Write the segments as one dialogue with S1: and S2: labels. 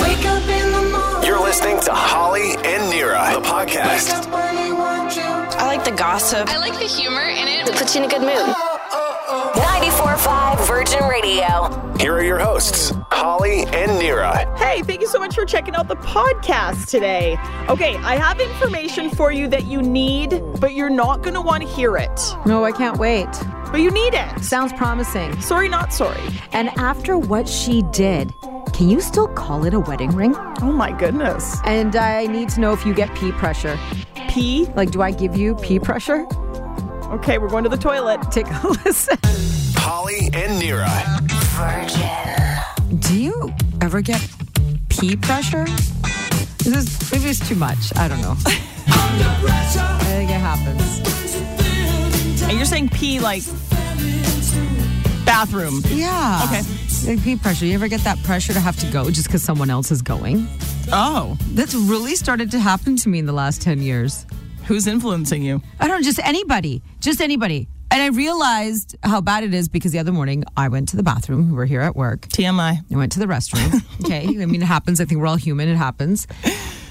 S1: Wake up in the morning.
S2: You're listening to Holly and Nira, the
S1: Wake
S2: podcast.
S1: up when you want you.
S3: I like the gossip.
S4: I like the humor in it.
S5: puts you in a good mood.
S6: 945 Virgin Radio.
S2: Here are your hosts, Holly and Nira.
S7: Hey, thank you so much for checking out the podcast today. Okay, I have information for you that you need, but you're not going to want to hear it.
S8: No, Oh, I can't wait.
S7: But you need it.
S8: Sounds promising.
S7: Sorry, not sorry.
S8: And after what she did, can you still call it a wedding ring?
S7: Oh my goodness.
S8: And I need to know if you get pee pressure.
S7: Pee.
S8: Like, do I give you pee pressure?
S7: Okay, we're going to the toilet.
S8: Take a listen.
S2: Holly and Nira.
S8: Do you ever get pee pressure? This is maybe it's too much. I don't know. I think it happens.
S7: And you're saying pee like bathroom.
S8: Yeah.
S7: Okay.
S8: Like pee pressure. You ever get that pressure to have to go just because someone else is going?
S7: Oh,
S8: That's really started to happen to me in the last 10 years.
S7: who's influencing you?
S8: I don't know, just anybody, just anybody. And I realized how bad it is because the other morning I went to the bathroom. We were here at work.
S7: TMI.
S8: I went to the restroom. Okay. I mean, it happens. I think we're all human. It happens.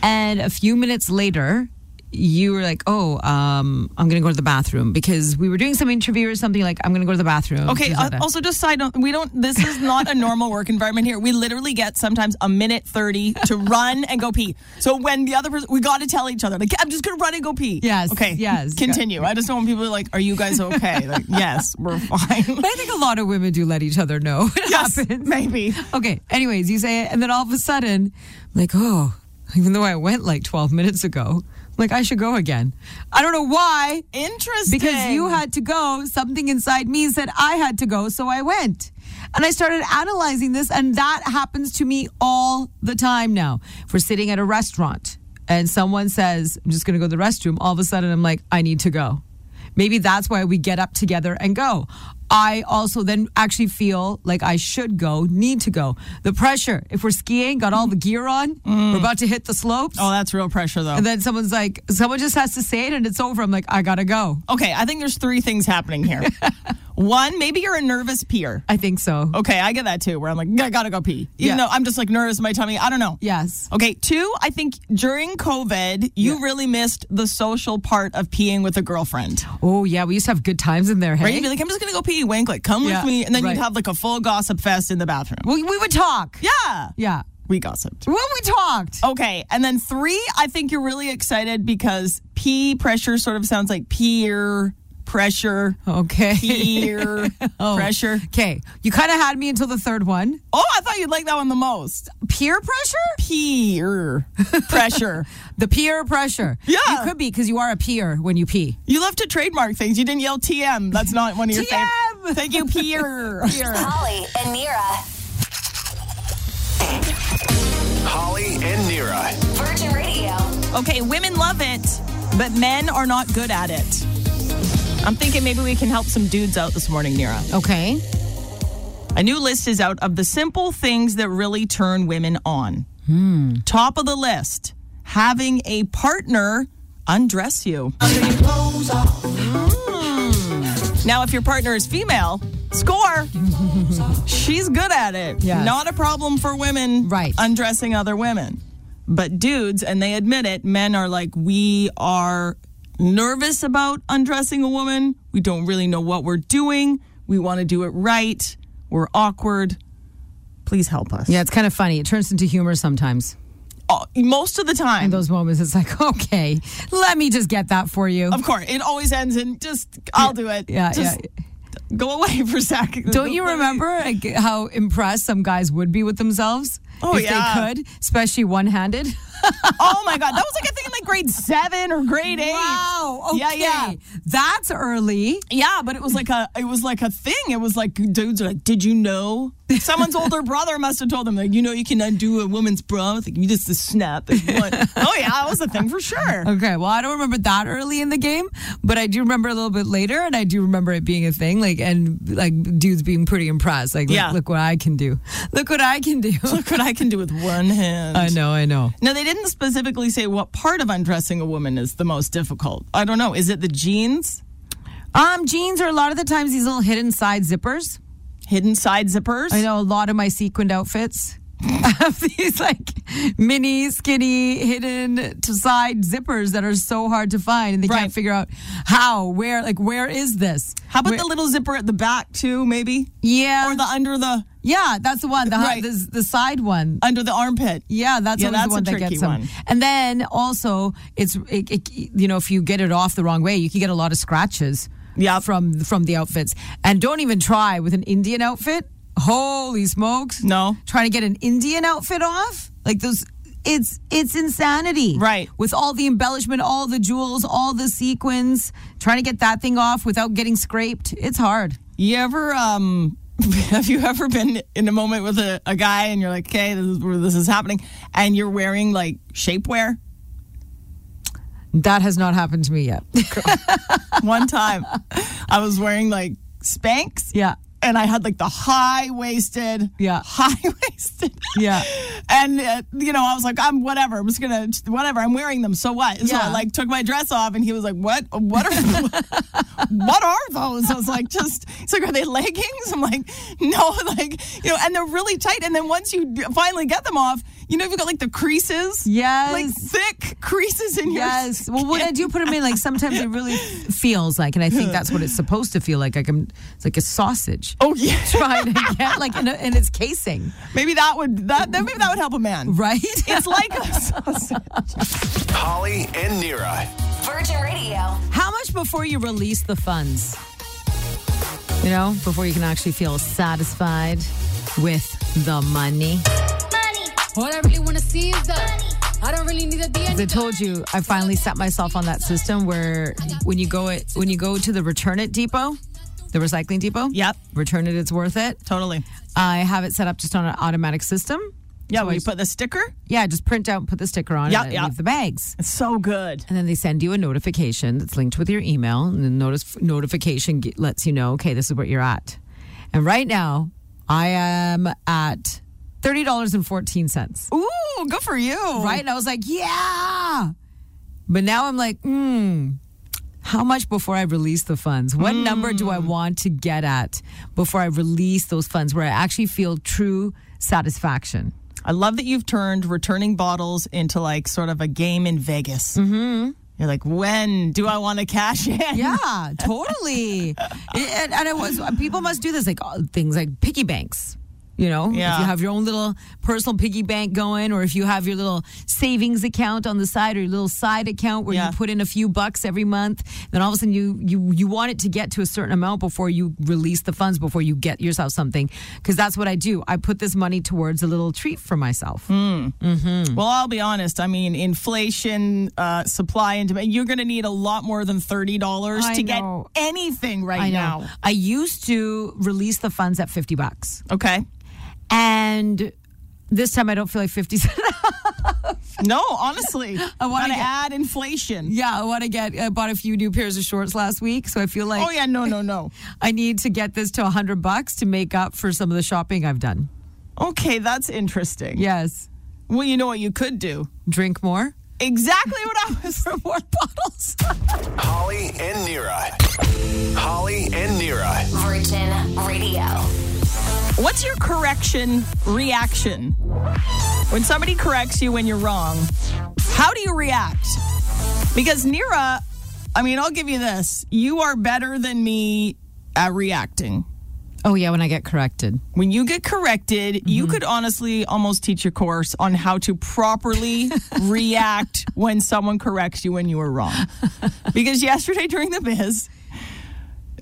S8: And a few minutes later, you were like, oh, um, I'm going to go to the bathroom because we were doing some interview or something like, I'm going to go to the bathroom.
S9: Okay.
S8: Da, da,
S9: Uh,
S8: da.
S9: also, just side note, we don't. This is not a normal work environment here. We literally get sometimes a minute thirty to run and go pee. So when the other person, we got to tell each other, like, I'm just gonna run and go pee.
S8: Yes,
S9: Okay.
S8: yes.
S9: Continue. I just don't want people to like, are you guys okay? Like, yes, we're fine.
S8: But I think a lot of women do let each other know. It
S9: Yes,
S8: happens.
S9: maybe.
S8: Okay. Anyways, you say it, and then all of a sudden, I'm like, oh, even though I went like 12 minutes ago, I'm like I should go again. I don't know why.
S9: Interesting.
S8: Because you had to go, something inside me said I had to go, so I went. And I started analyzing this, and that happens to me all the time now. If we're sitting at a restaurant and someone says, I'm just going to go to the restroom, all of a sudden I'm like, I need to go. Maybe that's why we get up together and go. I also then actually feel like I should go, need to go. The pressure, if we're skiing, got all the gear on, we're about to hit the slopes.
S9: Oh, that's real pressure though.
S8: and then someone's like, someone just has to say it and it's over. I'm like, I gotta go.
S9: okay, I think there's three things happening here. One, maybe you're a nervous peer.
S8: I think so.
S9: Okay, I get that too. Where I'm like, I gotta go pee, even
S8: Yeah.
S9: though I'm just like nervous in my tummy. I don't know.
S8: Yes.
S9: Okay, two, I think during COVID, you really missed the social part of peeing with a girlfriend.
S8: Oh yeah, we used to have good times in there. Hey?
S9: Right? You'd be like, I'm just gonna go pee, wink, like, come
S8: Yeah,
S9: with me. And then
S8: right.
S9: you'd have like a full gossip fest in the bathroom.
S8: we, we would talk.
S9: yeah.
S8: Yeah.
S9: We gossiped.
S8: Well, we talked.
S9: Okay, and then three, I think you're really excited because pee pressure sort of sounds like peer pressure. E
S8: Okay. Oh.
S9: Peer pressure.
S8: Okay. You kind of had me until the third one.
S9: Oh, I thought you'd like that one the most.
S8: Peer pressure?
S9: Peer pressure.
S8: The peer pressure.
S9: Yeah.
S8: You could be because you are a peer when you pee.
S9: You love to trademark things. You didn't yell TM. That's not one of your
S8: TM.
S9: favorite. Thank you, Peer.
S6: Holly and Nira.
S2: Holly and Nira.
S6: Virgin Radio.
S9: Okay, women love it, but men are not good at it. I'm thinking maybe we can help some dudes out this morning, Nira.
S8: Okay.
S9: A new list is out of the simple things that really turn women on. Top of the list, having a partner undress you. Hmm. Now, if your partner is female, score. She's good at it.
S8: Yes.
S9: Not a problem for women
S8: Right.
S9: undressing other women. But dudes, and they admit it, men are like, we are nervous about undressing a woman. We don't really know what we're doing. We want to do it right. We're awkward. Please help us.
S8: Yeah, it's kind of funny. It turns into humor sometimes.
S9: Oh, most of the time.
S8: Those moments, it's like, okay, let me just get that for you.
S9: of course, it always ends in just, I'll do it.
S8: Yeah,
S9: Um, Just
S8: yeah.
S9: go away for a second.
S8: Don't you remember like, how impressed some guys would be with themselves?
S9: Oh,
S8: if
S9: yeah.
S8: they could, especially one-handed.
S9: Oh my God. That was like a thing in like grade seven or grade eight.
S8: Wow. Okay.
S9: Yeah, yeah.
S8: That's early.
S9: Yeah, but it was like a it was like a thing. It was like dudes are like, did you know? Someone's older brother must have told them like, you know, you can undo a woman's bra. It's like you just snap. and one- oh yeah, that was a thing for sure.
S8: Okay. Well, I don't remember that early in the game, but I do remember a little bit later, and I do remember it being a thing. Like and like dudes being pretty impressed. Like, look-
S9: Yeah.
S8: look, what I can do. Look what I can do.
S9: Look what I can do with one hand.
S8: I know. I know.
S9: Now they didn't specifically say what part of undressing a woman is the most difficult. I don't know. Is it the jeans,
S8: Um, jeans are a lot of the times these little hidden side zippers.
S9: hidden side zippers?
S8: I know a lot of my sequined outfits. have these like mini, skinny, hidden to side zippers that are so hard to find, and they
S9: Right.
S8: can't figure out how, where, like where is this?
S9: How about
S8: Where-
S9: the little zipper at the back too, maybe?
S8: Yeah.
S9: Or the under the
S8: yeah, that's the one, the
S9: Right.
S8: the, the side one.
S9: under the armpit.
S8: Yeah, that's
S9: Yeah,
S8: always
S9: that's a
S8: the one that
S9: tricky
S8: gets them.
S9: one.
S8: And then also, it's it, it, you know if you get it off the wrong way, you can get a lot of scratches.
S9: Yeah.
S8: from from the outfits, and don't even try with an Indian outfit. Holy smokes!
S9: No.
S8: trying to get an Indian outfit off like those. It's it's insanity,
S9: Right.
S8: With all the embellishment, all the jewels, all the sequins, trying to get that thing off without getting scraped, it's hard.
S9: You ever um have you ever been in a moment with a, a guy and you're like, okay, this is where this is happening, and you're wearing like shapewear
S8: That has not happened to me yet.
S9: one time. I was wearing like Spanx.
S8: Yeah.
S9: And I had like the high waisted.
S8: Yeah.
S9: High waisted.
S8: Yeah.
S9: And, uh, you know, I was like, I'm whatever. I'm just going to, whatever. I'm wearing them. So what? So
S8: Yeah.
S9: I like took my dress off and he was like, what? What are, what are those? I was like, just, he's like, are they leggings? I'm like, no, like, you know, and they're really tight. And then once you d- finally get them off, you know, you've got like the creases.
S8: Yes.
S9: Like thick creases in your
S8: Yes. Well, when I do put them in, like sometimes it really feels like, and I think that's what it's supposed to feel like. Like I'm, it's like a sausage.
S9: Oh, yeah.
S8: Trying to get like in, a, in its casing,
S9: Maybe that would that, that maybe that would help a man.
S8: right?
S9: It's like a sausage.
S2: Holly and Nira.
S6: Virgin Radio.
S8: How much before you release the funds? You know, before you can actually feel satisfied with the money. Oh,
S3: All I really wanna see is the I don't really need a DNA.
S8: As I told you, I finally set myself on that system where when you go it when you go to the return it depot, the recycling depot.
S9: Yep.
S8: Return it. It's worth it.
S9: Totally.
S8: I have it set up just on an automatic system.
S9: Yeah,
S8: So
S9: when
S8: I
S9: you put the sticker,
S8: Yeah, just print out, put the sticker on,
S9: Yeah,
S8: and
S9: yeah.
S8: leave the bags.
S9: it's so good.
S8: And then they send you a notification that's linked with your email, and the notice notification ge- lets you know, okay, this is what you're at. And right now, I am at thirty dollars and fourteen cents.
S9: Ooh, good for you.
S8: Right, and I was like, yeah. But now I'm like, hmm. How much before I release the funds? What number do I want to get at before I release those funds where I actually feel true satisfaction?
S9: I love that you've turned returning bottles into like sort of a game in Vegas. Mm-hmm. You're like, when do I want to cash in?
S8: Yeah, totally. and, and it was people must do this like uh, things like piggy banks. You know,
S9: Yeah.
S8: if you have your own little personal piggy bank going, or if you have your little savings account on the side, or your little side account where
S9: Yeah.
S8: you put in a few bucks every month, then all of a sudden you you you want it to get to a certain amount before you release the funds, before you get yourself something, because that's what I do. I put this money towards a little treat for myself.
S9: Mm. Well, I'll be honest. I mean, inflation, uh, supply and demand. You're going to need a lot more than thirty dollars
S8: I
S9: to
S8: know.
S9: get anything right
S8: I know.
S9: now.
S8: I used to release the funds at fifty bucks.
S9: Okay.
S8: And this time I don't feel like 50 cents.
S9: No, honestly, I
S8: wanna
S9: want to
S8: get-
S9: add inflation.
S8: yeah, I want to get, I bought a few new pairs of shorts last week. So I feel like
S9: Oh yeah, no, no, no.
S8: I need to get this to 100 bucks to make up for some of the shopping I've done.
S9: Okay, that's interesting.
S8: Yes.
S9: Well, you know what you could do.
S8: Drink more.
S9: Exactly what I was for more bottles.
S2: Holly and Nira. Holly and Nira.
S6: Virgin Radio.
S9: What's your correction reaction? When somebody corrects you when you're wrong, how do you react? Because Nira, I mean, I'll give you this. You are better than me at reacting.
S8: Oh, yeah, when I get corrected.
S9: When you get corrected, you could honestly almost teach a course on how to properly react when someone corrects you when you were wrong. Because yesterday during the biz,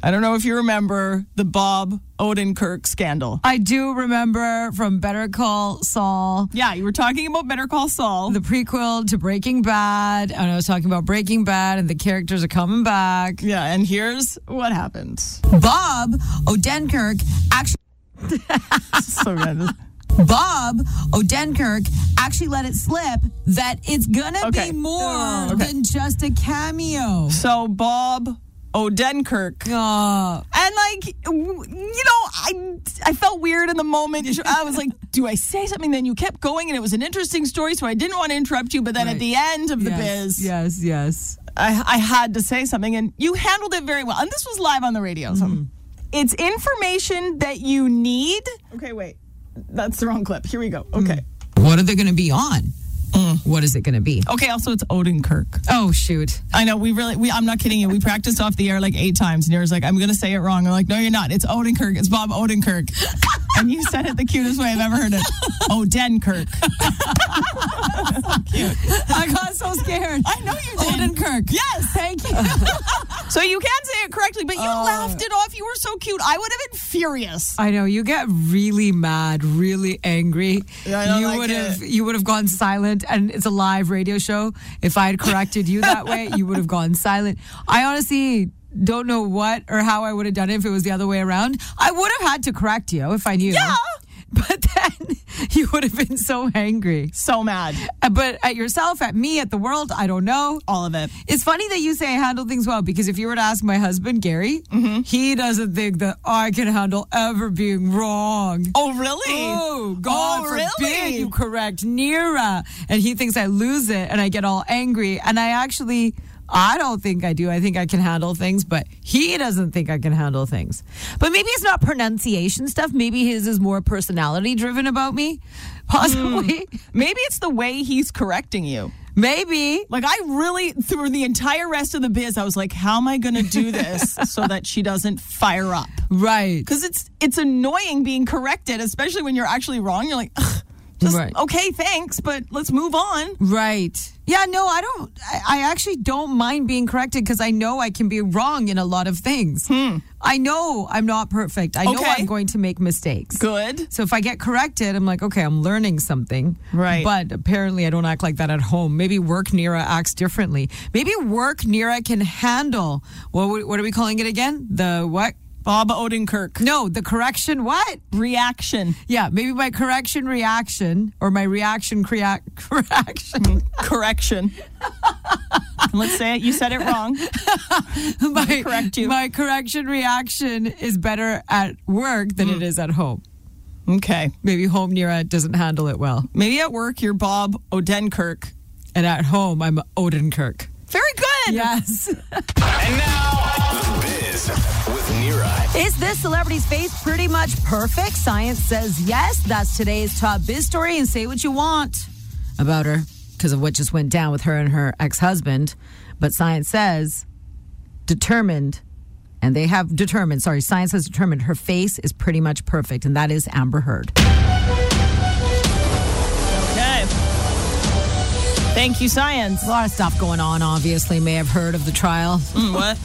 S9: I don't know if you remember the Bob Odenkirk scandal.
S8: I do remember from Better Call Saul.
S9: Yeah, you were talking about Better Call Saul.
S8: The prequel to Breaking Bad, and I was talking about Breaking Bad, and the characters are coming back.
S9: yeah, and here's what happened.
S8: Bob Odenkirk actually.
S9: so good.
S8: Bob Odenkirk actually let it slip that it's gonna
S9: Okay.
S8: be more
S9: Oh, okay.
S8: than just a cameo.
S9: So Bob Odenkirk,
S8: Uh,
S9: and like w- you know, I I felt weird in the moment. I was like, do I say something? Then you kept going, and it was an interesting story, so I didn't want to interrupt you. But then at
S8: Right.
S9: the end of the biz,
S8: yes, yes.
S9: I, I had to say something, and you handled it very well. And Mm-hmm. this was live on the radio. So It's information that you need. Okay, wait. that's the wrong clip. Here we go. Okay.
S8: What are they going to be on?
S9: Mm.
S8: What is it going to be?
S9: Okay, also it's Odin Kirk.
S8: Oh, shoot.
S9: I know we really we I'm not kidding you. We practiced off the air like eight times. Nira's like, I'm gonna say it wrong. I'm like, no, you're not. It's Odenkirk. It's Bob Odenkirk. and you said it the cutest way I've ever heard it. Odenkirk.
S8: I got so scared.
S9: I know you did.
S8: Odenkirk.
S9: Yes.
S8: Thank you.
S9: So you can say it correctly, but you laughed it off. You were so cute. I would have been furious.
S8: I know you get really mad, really angry.
S9: Yeah, I don't
S8: you
S9: like
S8: would have
S9: it.
S8: you would have gone silent, and it's a live radio show. If I had corrected you that way, you would have gone silent. I honestly don't know what or how I would have done it if it was the other way around. I would have had to correct you if I knew.
S9: Yeah.
S8: But then you would have been so angry.
S9: So mad.
S8: Uh, But at yourself, at me, at the world, I don't know.
S9: All of it.
S8: It's funny that you say I handle things well because if you were to ask my husband, Gary,
S9: Mm-hmm.
S8: he doesn't think that I can handle ever being wrong.
S9: Oh really?
S8: Oh, God
S9: Oh,
S8: forbid
S9: really?
S8: you correct Nira. And he thinks I lose it and I get all angry. And I actually, I don't think I do. I think I can handle things, but he doesn't think I can handle things. But maybe it's not pronunciation stuff. Maybe his is more personality driven about me,
S9: Hmm.
S8: possibly.
S9: Maybe it's the way he's correcting you.
S8: Maybe.
S9: Like I really through the entire rest of the biz, I was like, how am I gonna do this so that she doesn't fire up?
S8: Right.
S9: Because it's it's annoying being corrected, especially when you're actually wrong. You're like, Ugh, just
S8: Right.
S9: okay, thanks, but let's move on.
S8: Right. Yeah, no, I don't. I, I actually don't mind being corrected because I know I can be wrong in a lot of things. I know I'm not perfect. I know
S9: Hmm. Okay.
S8: I'm going to make mistakes.
S9: Good.
S8: So if I get corrected, I'm like, okay, I'm learning something.
S9: Right.
S8: But apparently, I don't act like that at home. Maybe work Nira acts differently. Maybe work Nira can handle what? w- What are we calling it again? The what?
S9: Bob Odenkirk.
S8: No, the correction. What?
S9: Reaction.
S8: Yeah, maybe my correction reaction or my reaction crea- correction.
S9: Correction. let's say it. You said it wrong.
S8: my,
S9: correct you.
S8: my correction reaction is better at work than it is at home.
S9: Okay.
S8: Maybe home Nira doesn't handle it well.
S9: Maybe at work you're Bob Odenkirk.
S8: And at home, I'm Odenkirk.
S9: Very good.
S8: Yes.
S2: And now, The Biz with Nira.
S4: Is this celebrity's face pretty much perfect? Science says yes. That's today's top biz story.
S8: And say what you want about her because of what just went down with her and her ex husband. But science says, determined, and they have determined, sorry, science has determined her face is pretty much perfect. And that is Amber Heard.
S9: Okay. Thank you, science.
S8: A lot of stuff going on, obviously. May have heard of the trial.
S9: Hmm, what?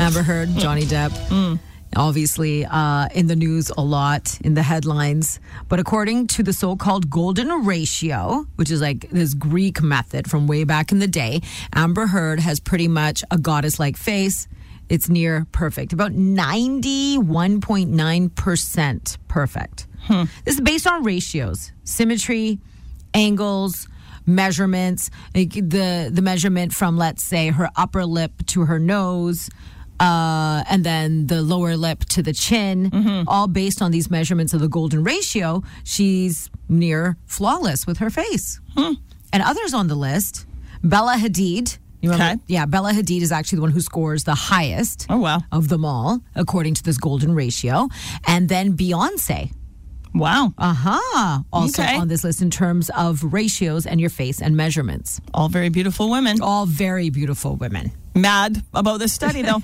S8: Amber Heard, Johnny Depp. Obviously, uh, in the news a lot, in the headlines. But according to the so called golden ratio, which is like this Greek method from way back in the day, Amber Heard has pretty much a goddess like face. It's near perfect, about 91.9% perfect. This is based on ratios, symmetry, angles, measurements, like the, the measurement from, let's say, her upper lip to her nose uh, and then the lower lip to the chin, all based on these measurements of the golden ratio, she's near flawless with her face. And others on the list, Bella Hadid. You remember?
S9: Okay.
S8: Yeah, Bella Hadid is actually the one who scores the highest
S9: Oh, wow.
S8: of them all, according to this golden ratio. And then Beyonce.
S9: Wow.
S8: Uh huh. Also
S9: Okay.
S8: on this list in terms of ratios and your face and measurements.
S9: All very beautiful women.
S8: All very beautiful women.
S9: Mad about this study, though.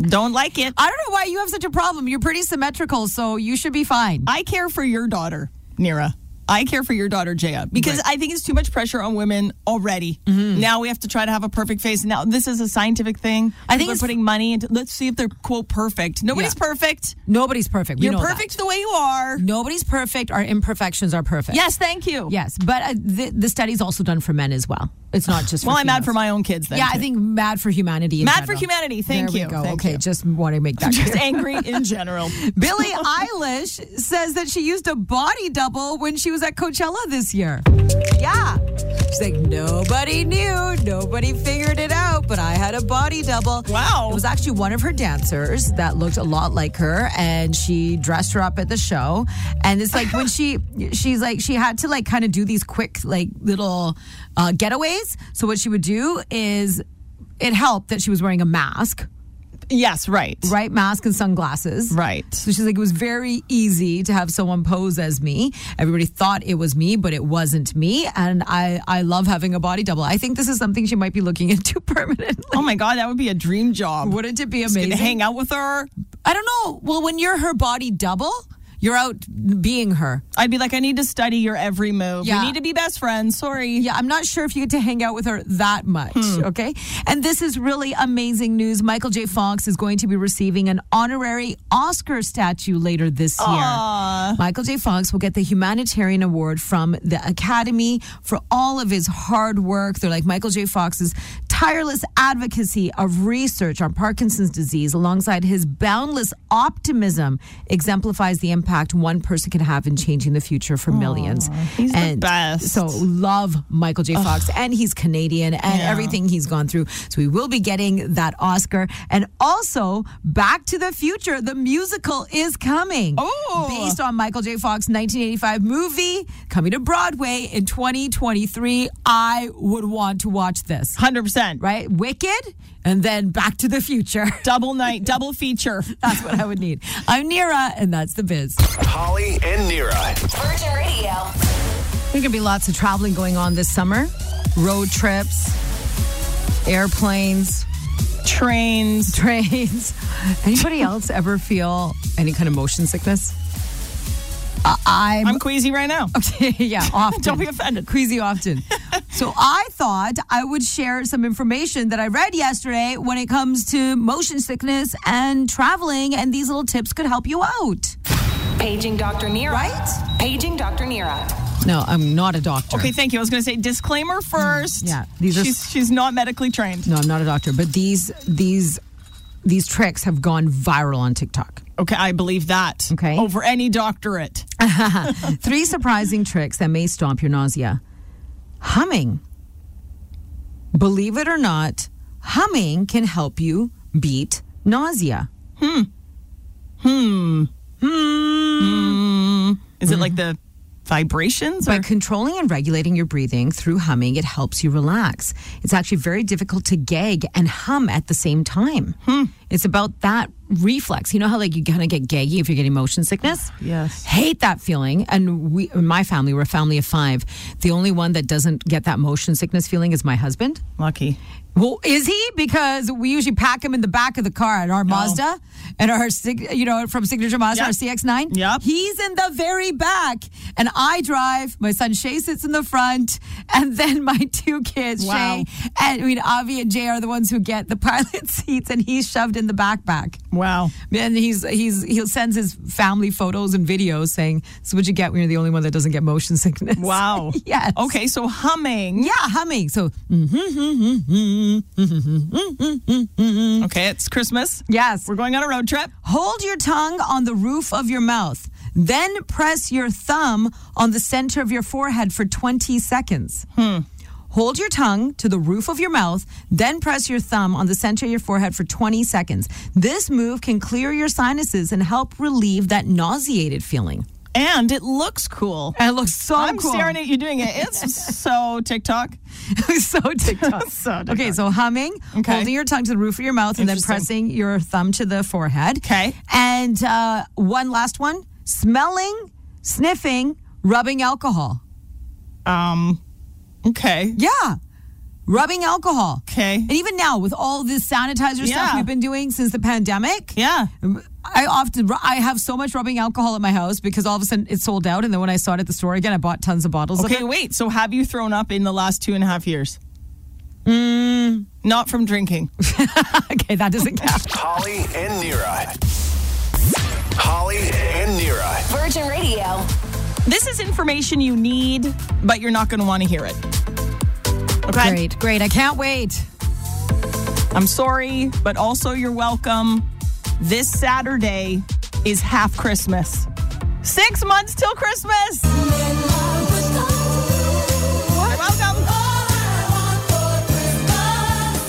S9: Don't like it.
S8: I don't know why you have such a problem. You're pretty symmetrical, so you should be fine.
S9: I care for your daughter, Nira. I care for your daughter, Jaya, because I think it's too much pressure on women already.
S8: Mm-hmm.
S9: Now we have to try to have a perfect face. Now this is a scientific thing.
S8: I think
S9: People are
S8: it's-
S9: putting money into. Let's see if they're quote perfect. Nobody's
S8: Yeah.
S9: perfect.
S8: Nobody's perfect. We
S9: You're
S8: know that.
S9: perfect the way you are.
S8: Nobody's perfect. Our imperfections are perfect.
S9: Yes, thank you.
S8: Yes, but uh, the, the study's also done for men as well. It's not just.
S9: Well,
S8: for
S9: I'm mad
S8: females.
S9: for my own kids. Then
S8: Yeah, I
S9: too.
S8: think mad for humanity. in
S9: Mad for
S8: general.
S9: humanity. Thank
S8: there
S9: you.
S8: We go.
S9: Thank
S8: okay,
S9: you.
S8: just want to make that
S9: just
S8: clear.
S9: angry in general.
S8: Billie Eilish says that she used a body double when she was at Coachella this year. Yeah. She's like, nobody knew, nobody figured it out, but I had a body double.
S9: Wow.
S8: It was actually one of her dancers that looked a lot like her, and she dressed her up at the show. And it's like when she, she's like, she had to like kind of do these quick, like little uh, getaways. So what she would do is, it helped that she was wearing a mask
S9: Yes, right.
S8: right? Mask and sunglasses.
S9: Right.
S8: So she's like, it was very easy to have someone pose as me. Everybody thought it was me, but it wasn't me. And I, I love having a body double. I think this is something she might be looking into permanently.
S9: Oh my God, that would be a dream job.
S8: Wouldn't it be
S9: Just get
S8: amazing?
S9: to hang out with her.
S8: I don't know. Well, when you're her body double, you're out being her.
S9: I'd be like, I need to study your every move.
S8: Yeah.
S9: We need to be best friends. Sorry.
S8: Yeah, I'm not sure if you get to hang out with her that much.
S9: Hmm.
S8: Okay. And this is really amazing news. Michael J. Fox is going to be receiving an honorary Oscar statue later this year. Michael J. Fox will get the humanitarian award from the Academy for all of his hard work. They're like Michael J. Fox's tireless advocacy of research on Parkinson's disease, alongside his boundless optimism, exemplifies the impact one person can have in changing the future for millions. He's
S9: the best.
S8: So love Michael J. Fox, and he's Canadian, and
S9: Yeah.
S8: everything he's gone through. So we will be getting that Oscar, and also Back to the Future, the musical is coming.
S9: Oh.
S8: based on Michael J. Fox's 1985 movie coming to Broadway in 2023. I would want to watch this.
S9: 100%.
S8: Right, Wicked, and then Back to the Future.
S9: Double night, double feature.
S8: That's what I would need. I'm Nira, and that's the biz.
S2: Holly and Nira.
S6: Virgin Radio.
S8: There's gonna be lots of traveling going on this summer. Road trips, airplanes,
S9: Trains.
S8: trains. Anybody else ever feel any kind of motion sickness? Uh, I'm,
S9: I'm queasy right now.
S8: yeah, often.
S9: Don't be offended.
S8: Queasy often. so I thought I would share some information that I read yesterday when it comes to motion sickness and traveling, and these little tips could help you out.
S6: Paging Dr. Nira.
S8: Right?
S6: Paging Dr. Nira.
S8: No, I'm not a doctor.
S9: Okay, thank you. I was going to say disclaimer first.
S8: Yeah, these are-
S9: she's, she's not medically trained.
S8: No, I'm not a doctor, but these these these tricks have gone viral on TikTok.
S9: Okay, I believe that.
S8: Okay.
S9: Over any doctorate.
S8: Three surprising tricks that may stomp your nausea. Humming. Believe it or not, humming can help you beat nausea.
S9: Is it like the vibrations?
S8: By
S9: or-
S8: controlling and regulating your breathing through humming, it helps you relax. It's actually very difficult to gag and hum at the same time. It's about that reflex. You know how like you kind of get gaggy if you're getting motion sickness?
S9: Yes.
S8: Hate that feeling. And we my family, we're a family of 5. The only one that doesn't get that motion sickness feeling is my husband.
S9: Lucky.
S8: Well, is he? Because we usually pack him in the back of the car at our Mazda and our, sig- you know, from Signature Mazda,
S9: Yep.
S8: our CX9.
S9: Yep.
S8: He's in the very back. And I drive, my son Shay sits in the front, and then my two kids,
S9: Wow.
S8: Shay and, I mean, Avi and Jay are the ones who get the pilot seats, and he's shoved in the backpack.
S9: Wow.
S8: And he's he's he sends his family photos and videos saying, "This is what you get when you're the only one that doesn't get motion sickness."
S9: Wow.
S8: yes.
S9: Okay, so humming.
S8: Yeah, humming. So Mm-hmm.
S9: Okay, it's Christmas.
S8: yes,
S9: We're going on a road trip.
S8: Hold your tongue on the roof of your mouth. Then press your thumb on the center of your forehead for 20 seconds. Hold your tongue to the roof of your mouth, then press your thumb on the center of your forehead for 20 seconds. This move can clear your sinuses and help relieve that nauseated feeling.
S9: And it looks cool.
S8: And it looks so
S9: I'm
S8: cool.
S9: staring at you doing it. It's so TikTok.
S8: so TikTok.
S9: So TikTok.
S8: Okay, so humming,
S9: Okay.
S8: holding your tongue to the roof of your mouth, and then
S9: Interesting.
S8: pressing your thumb to the forehead.
S9: Okay.
S8: And uh, one last one: smelling, sniffing, rubbing alcohol.
S9: Um, okay.
S8: Yeah, rubbing alcohol.
S9: Okay.
S8: And even now, with all this sanitizer stuff
S9: Yeah.
S8: we've been doing since the pandemic.
S9: Yeah.
S8: I often I have so much rubbing alcohol at my house because all of a sudden it sold out, and then when I saw it at the store again, I bought tons of bottles. of
S9: Okay,
S8: it.
S9: wait. So have you thrown up in the last two and a half years?
S8: Mm.
S9: Not from drinking.
S8: okay, that doesn't count.
S2: Holly and Nira. Holly and Nira.
S6: Virgin Radio.
S9: This is information you need, but you're not going to want to hear it. Okay.
S8: Great, great. I can't wait.
S9: I'm sorry, but also you're welcome. This Saturday is half Christmas. Six months till Christmas. You're welcome.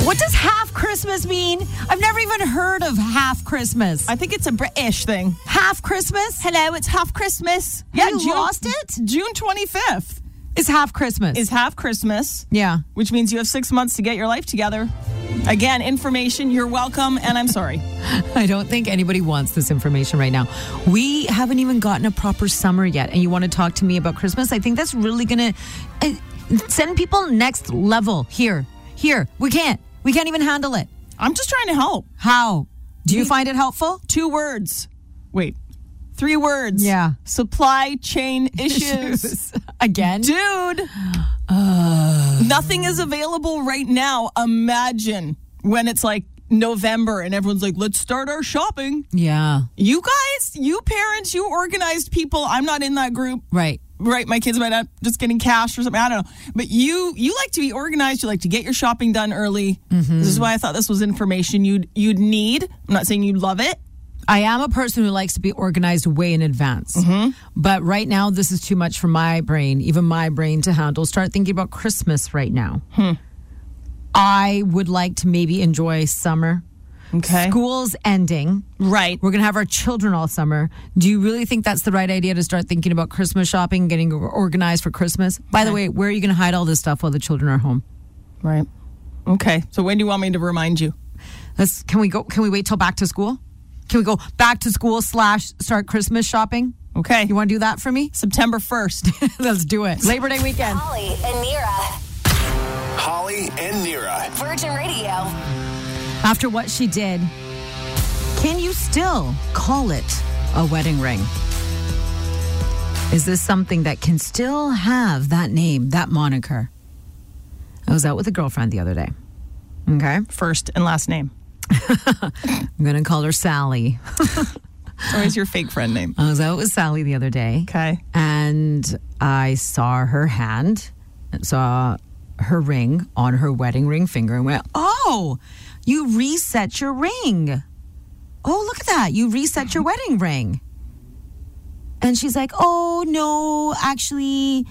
S8: What does half Christmas mean? I've never even heard of half Christmas.
S9: I think it's a British thing.
S8: Half Christmas?
S9: Hello, it's half Christmas.
S8: Yeah, you lost it?
S9: June 25th
S8: It's half Christmas.
S9: is half Christmas,
S8: yeah.
S9: which means you have six months to get your life together. Again, information, you're welcome, and I'm sorry.
S8: I don't think anybody wants this information right now. We haven't even gotten a proper summer yet, and you want to talk to me about Christmas? I think that's really going to send people next level here. Here, we can't. We can't even handle it.
S9: I'm just trying to help.
S8: How? Do you find it helpful?
S9: Two words. Wait, three words.
S8: Yeah.
S9: Supply chain issues.
S8: Again?
S9: Dude, nothing is available right now. Imagine when it's like November and everyone's like, let's start our shopping.
S8: Yeah.
S9: You guys, you parents, you organized people. I'm not in that group.
S8: Right.
S9: Right, my kids might not just getting cash or something. I don't know, but you you like to be organized. You like to get your shopping done early. This is why I thought this was information you'd you'd need. I'm not saying you'd love it,
S8: I am a person who likes to be organized way in advance. But right now, this is too much for my brain, even my brain to handle. Start thinking about Christmas right now. I would like to maybe enjoy summer.
S9: Okay.
S8: School's ending.
S9: right?
S8: We're going to have our children all summer. Do you really think that's the right idea to start thinking about Christmas shopping, getting organized for Christmas? By the way, where are you going to hide all this stuff while the children are home?
S9: Right. Okay. So when do you want me to remind you?
S8: Let's, can we go? Can we wait till back to school? Can we go back to school slash start Christmas shopping?
S9: Okay.
S8: You want to do that for me?
S9: September 1st.
S8: Let's do it. Labor Day weekend.
S6: Holly and Nira.
S2: Holly and Nira.
S6: Virgin Radio.
S8: After what she did, can you still call it a wedding ring? Is this something that can still have that name, that moniker? I was out with a girlfriend the other day. Okay.
S9: First and last name.
S8: I'm going to call her Sally.
S9: Or is your fake friend name?
S8: I was out with Sally the other day.
S9: Okay.
S8: And I saw her hand, saw her ring on her wedding ring finger, and went, Oh, you reset your ring. Oh, look at that. You reset your wedding ring. And she's like, Oh, no, actually,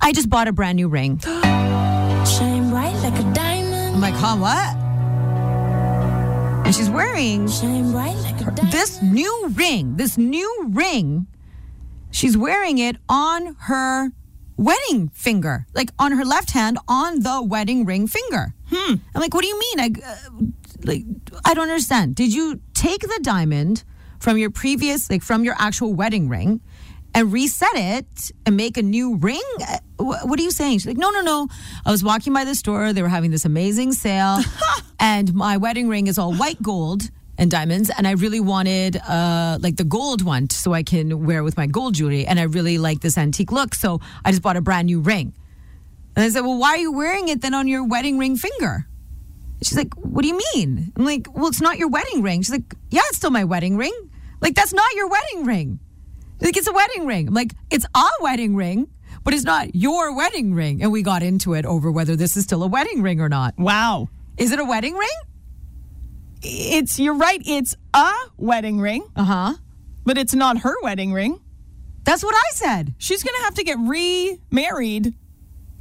S8: I just bought a brand new ring.
S1: Shine bright like a diamond.
S8: I'm like, Huh, what? And she's wearing
S1: Shine bright like a diamond.
S8: this new ring, this new ring, she's wearing it on her wedding finger, like on her left hand, on the wedding ring finger. Hmm. I'm like, what do you mean? I, uh, like, I don't understand. Did you take the diamond from your previous, like from your actual wedding ring? And reset it and make a new ring. Uh, wh- What are you saying? She's like, no, no, no. I was walking by the store. They were having this amazing sale, and my wedding ring is all white gold and diamonds and i really wanted uh like the gold one so i can wear with my gold jewelry and i really like this antique look so i just bought a brand new ring and i said well why are you wearing it then on your wedding ring finger she's like what do you mean i'm like well it's not your wedding ring she's like yeah it's still my wedding ring like that's not your wedding ring She's like it's a wedding ring i'm like it's our wedding ring but it's not your wedding ring and we got into it over whether this is still a wedding ring or not
S9: Wow.
S8: is it a wedding ring
S9: It's, you're right. It's a wedding ring,
S8: uh-huh
S9: but it's not her wedding ring.
S8: that's what i said
S9: She's going to have to get remarried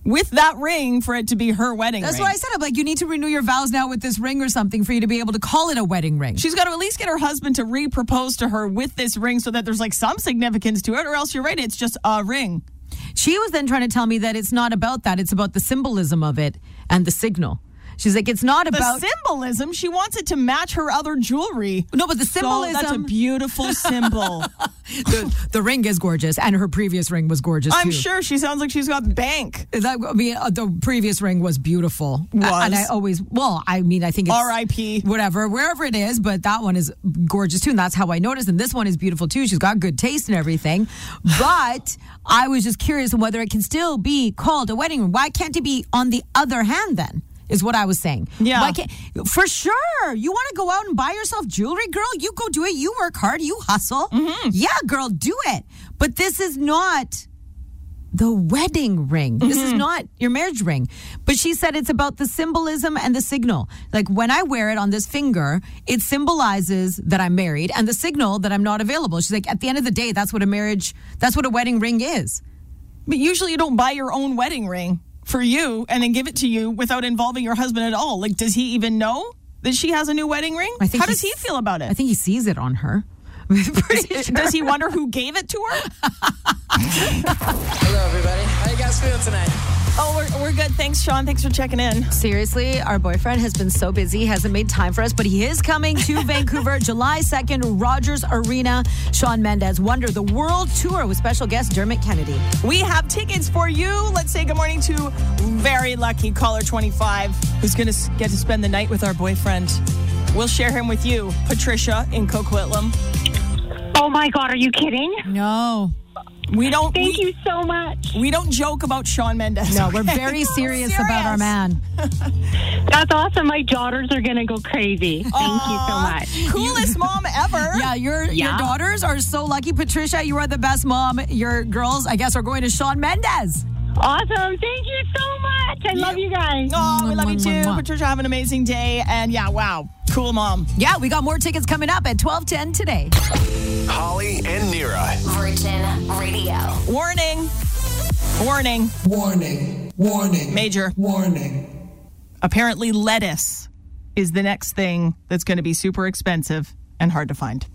S9: with that ring for it to be her wedding
S8: That's
S9: ring.
S8: what I said. I'm like, you need to renew your vows now with this ring or something for you to be able to call it a wedding ring.
S9: She's got to at least get her husband to repropose to her with this ring so that there's like some significance to it, or else you're right. It's just a ring.
S8: She was then trying to tell me that it's not about that. It's about the symbolism of it and the signal. She's like, it's not
S9: The
S8: about.
S9: symbolism, she wants it to match her other jewelry.
S8: no, but the
S9: So that's a
S8: symbolism.
S9: beautiful symbol.
S8: the, the ring is gorgeous, and her previous ring was gorgeous
S9: I'm
S8: too.
S9: sure she sounds like she's got bank.
S8: That, I mean, uh, the previous ring was beautiful. A- And I
S9: Was.
S8: always, well, I mean, I think it's.
S9: R.I.P..
S8: Whatever, wherever it is, but that one is gorgeous too. And that's how I noticed. And this one is beautiful too. She's got good taste and everything. But I was just curious whether it can still be called a wedding ring. Why can't it be on the other hand then? Is what I was saying.
S9: Yeah.
S8: Why can't, for sure. You want to go out and buy yourself jewelry, girl? You go do it. You work hard. You hustle.
S9: Mm-hmm.
S8: Yeah, girl, do it. But this is not the wedding ring. This is
S4: Mm-hmm.
S8: not your marriage ring. But she said it's about the symbolism and the signal. Like when I wear it on this finger, it symbolizes that I'm married and the signal that I'm not available. She's like, at the end of the day, that's what a marriage, that's what a wedding ring is.
S9: But usually you don't buy your own wedding ring for you and then give it to you without involving your husband at all. Like, does he even know that she has a new wedding ring?
S8: I think
S9: How does he
S8: s-
S9: feel about it?
S8: I think he sees it on her. Pretty
S9: Does-
S8: sure.
S9: Does he wonder who gave it to her?
S5: Hello, everybody. How you guys feel tonight?
S9: Oh, we're, we're we're good. Thanks, Sean. Thanks for checking in.
S4: Seriously, our boyfriend has been so busy, hasn't made time for us, but he is coming to Vancouver July 2nd, Rogers Arena. Sean Mendez Wonder, the World Tour with special guest Dermot Kennedy.
S9: We have tickets for you. Let's say good morning to very lucky caller 25 who's going to get to spend the night with our boyfriend. We'll share him with you, Patricia in Coquitlam.
S5: Oh my God, are you kidding?
S8: No.
S9: We don't
S5: Thank
S9: we,
S5: you so much.
S9: we don't joke about Sean Mendes.
S8: No, we're
S9: okay?
S8: very serious, about our man.
S5: That's awesome. My daughters are going to go crazy. Thank you so much.
S9: Coolest mom ever.
S8: Yeah, your your
S5: Yeah.
S8: daughters are so lucky. Patricia, you are the best mom. Your girls, I guess, are going to Sean Mendez.
S5: Awesome. Thank you so much. I love you guys.
S9: Oh, we
S8: Mwah,
S9: love you
S8: mwah, mwah,
S9: too.
S8: mwah.
S9: Patricia, have an amazing day. And yeah, wow. Cool mom.
S8: Yeah, we got more tickets coming up at 12:10 today.
S2: Holly and Nira.
S6: Virgin Radio.
S9: Warning. Warning.
S10: Warning. Warning.
S9: Major.
S10: Warning.
S9: Apparently, lettuce is the next thing that's going to be super expensive and hard to find.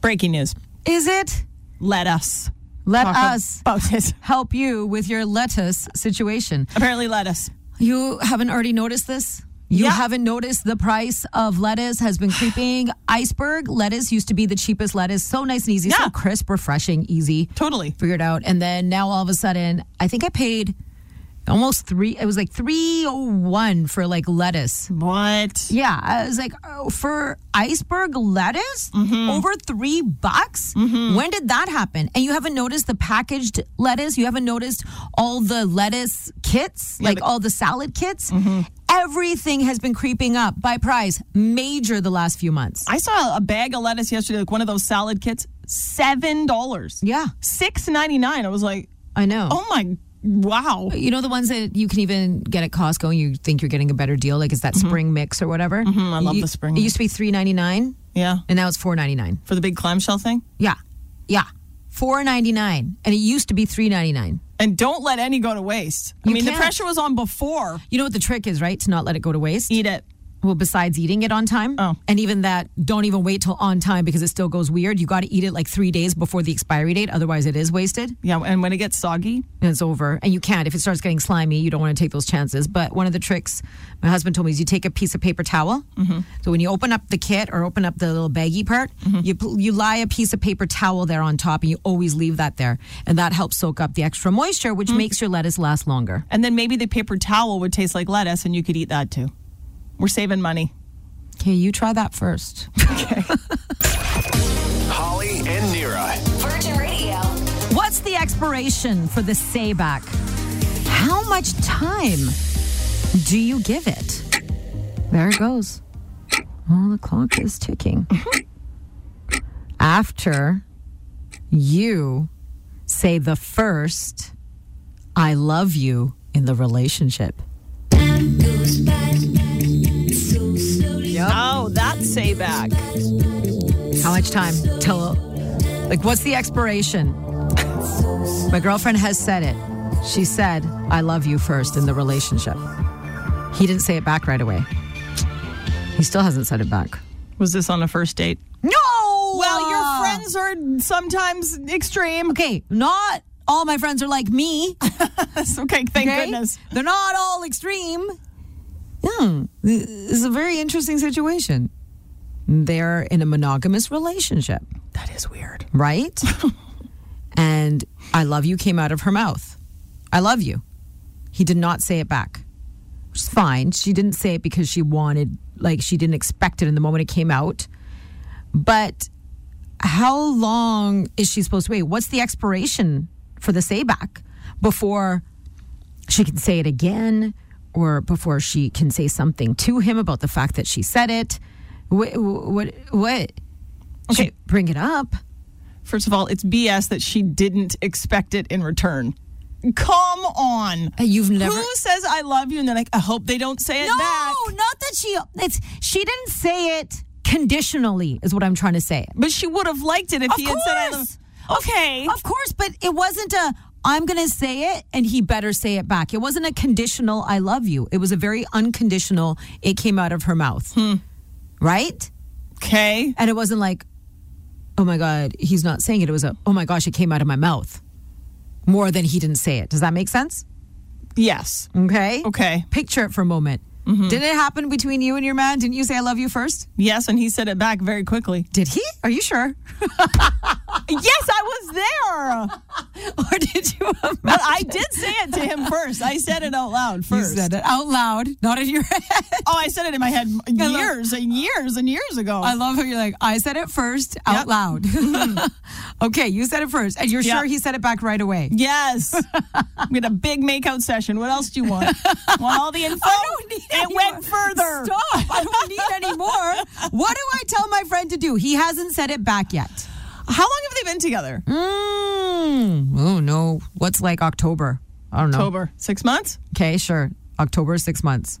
S9: Breaking news.
S8: Is it?
S9: Let us
S8: Let
S9: talk
S8: us
S9: about it.
S8: help you with your lettuce situation.
S9: Apparently, lettuce.
S8: You haven't already noticed this? You
S9: Yeah.
S8: haven't noticed the price of lettuce has been creeping. Iceberg lettuce used to be the cheapest lettuce. So nice and easy.
S9: Yeah.
S8: So crisp, refreshing, easy.
S9: Totally.
S8: Figured out. And then now all of a sudden, I think I paid almost three, it was like 301 for like lettuce.
S9: What?
S8: Yeah. I was like, oh, for iceberg lettuce? Over three bucks? When did that happen? And you haven't noticed the packaged lettuce? You haven't noticed all the lettuce kits, like all the salad kits? Everything has been creeping up by price, major the last few months.
S9: I saw a bag of lettuce yesterday, like one of those salad kits, seven dollars.
S8: Yeah.
S9: Six ninety nine. I was like,
S8: I know.
S9: oh my, wow.
S8: You know the ones that you can even get at Costco and you think you're getting a better deal, like it's that spring mix or whatever. I
S9: Mm-hmm. love the spring
S8: It used to be three ninety nine,
S9: Yeah.
S8: and now it's four ninety nine.
S9: For the big clamshell thing.
S8: Yeah, yeah, four ninety nine, and it used to be three ninety nine.
S9: And don't let any go to waste. I
S8: You
S9: mean,
S8: can't.
S9: the pressure was on before.
S8: You know what the trick is, right? To not let it go to waste.
S9: Eat it.
S8: Well, besides eating it on time,
S9: Oh.
S8: and even that, don't even wait till on time because it still goes weird. You got to eat it like three days before the expiry date, otherwise it is wasted.
S9: Yeah. And when it gets soggy,
S8: and it's over. And you can't if it starts getting slimy. You don't want to take those chances. But one of the tricks my husband told me is you take a piece of paper towel. So when you open up the kit or open up the little baggy part, you pl- you lie a piece of paper towel there on top, and you always leave that there, and that helps soak up the extra moisture, which makes your lettuce last longer.
S9: and then maybe the paper towel would taste like lettuce, and you could eat that too. We're saving money.
S8: Okay, you try that first.
S2: Holly and Nira.
S6: Virgin Radio.
S8: What's the expiration for the sayback? How much time do you give it? There it goes. Well, the clock is ticking. After you say the first I love you in the relationship.
S9: Oh, that's say back.
S8: How much time till like what's the expiration? My girlfriend has said it. She said, I love you first in the relationship. He didn't say it back right away. He still hasn't said it back.
S9: Was this on a first date?
S8: No!
S9: Well, your friends are sometimes extreme.
S8: Ah. Okay, not all my friends are like me.
S9: Okay, thank
S8: okay?
S9: goodness.
S8: They're not all extreme. Yeah, th- it's a very interesting situation. They're in a monogamous relationship.
S9: That is weird.
S8: right? and I love you came out of her mouth. I love you. He did not say it back. Which is fine. She didn't say it because she wanted, like, she didn't expect it in the moment it came out. But how long is she supposed to wait? What's the expiration for the say back before she can say it again or before she can say something to him about the fact that she said it? What? What? what? Should
S9: Okay.
S8: Bring it up.
S9: First of all, it's BS that she didn't expect it in return. Come on.
S8: Uh, You've never.
S9: Who says I love you and they're like, I hope they don't say it
S8: no,
S9: back.
S8: not that she. It's she didn't say it conditionally, is what I'm trying to say.
S9: But she would have liked it if
S8: Of
S9: he had said I
S8: course.
S9: love Okay.
S8: Of course, but it wasn't a. I'm gonna say it, and he better say it back. It wasn't a conditional "I love you." It was a very unconditional. It came out of her mouth, right?
S9: Okay.
S8: And it wasn't like, "Oh my god, he's not saying it." It was a, "Oh my gosh, it came out of my mouth." more than he didn't say it. Does that make sense?
S9: Yes.
S8: Okay. Mm-hmm.
S9: Okay.
S8: Picture it for a moment. Did it happen between you and your man? Didn't you say I love you first?
S9: Yes, and he said it back very quickly.
S8: Did he? Are you sure?
S9: Yes, I was there.
S8: or did you?
S9: But I did say it to him first. I said it out loud
S8: You
S9: first.
S8: said it out loud, not in your head.
S9: Oh, I said it in my head years and years and years ago.
S8: I love how you're like, I said it first out
S9: Yep.
S8: loud. Mm-hmm. okay, you said it first. And you're
S9: Yeah.
S8: sure he said it back right away.
S9: Yes. we had a big makeout session. What else do you want? want all the info?
S8: Oh,
S9: it
S8: any
S9: went
S8: more.
S9: further.
S8: Stop. I don't need any more. What do I tell my friend to do? He hasn't said it back yet.
S9: How long have they been together?
S8: Mm. Oh, no. What's like October? I don't know.
S9: October. Six months?
S8: Okay, sure. October, six months.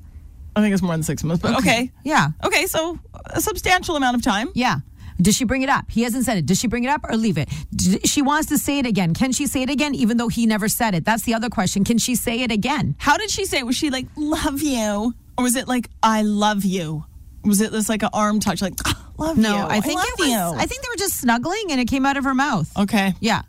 S9: I think it's more than six months, but okay.
S8: Yeah.
S9: Okay, so a substantial amount of time.
S8: Yeah. Does she bring it up? He hasn't said it. Does she bring it up or leave it? D- she wants to say it again. Can she say it again, even though he never said it? That's the other question. Can she say it again?
S9: How did she say it? Was she like, love you? Or was it like, I love you? Was it this like an arm touch, like, "Ah, love you?
S8: No, I think
S9: love
S8: it was.
S9: you.
S8: I think they were just snuggling, and it came out of her mouth.
S9: okay.
S8: Yeah.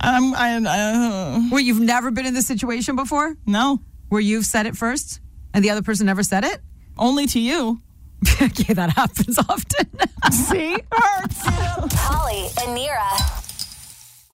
S9: Um, I, uh,
S8: Where you've never been in this situation before,
S9: no,
S8: where you've said it first, and the other person never said it.
S9: only to you.
S8: okay, that happens often.
S9: See? Hurts.
S6: Holly and Nira.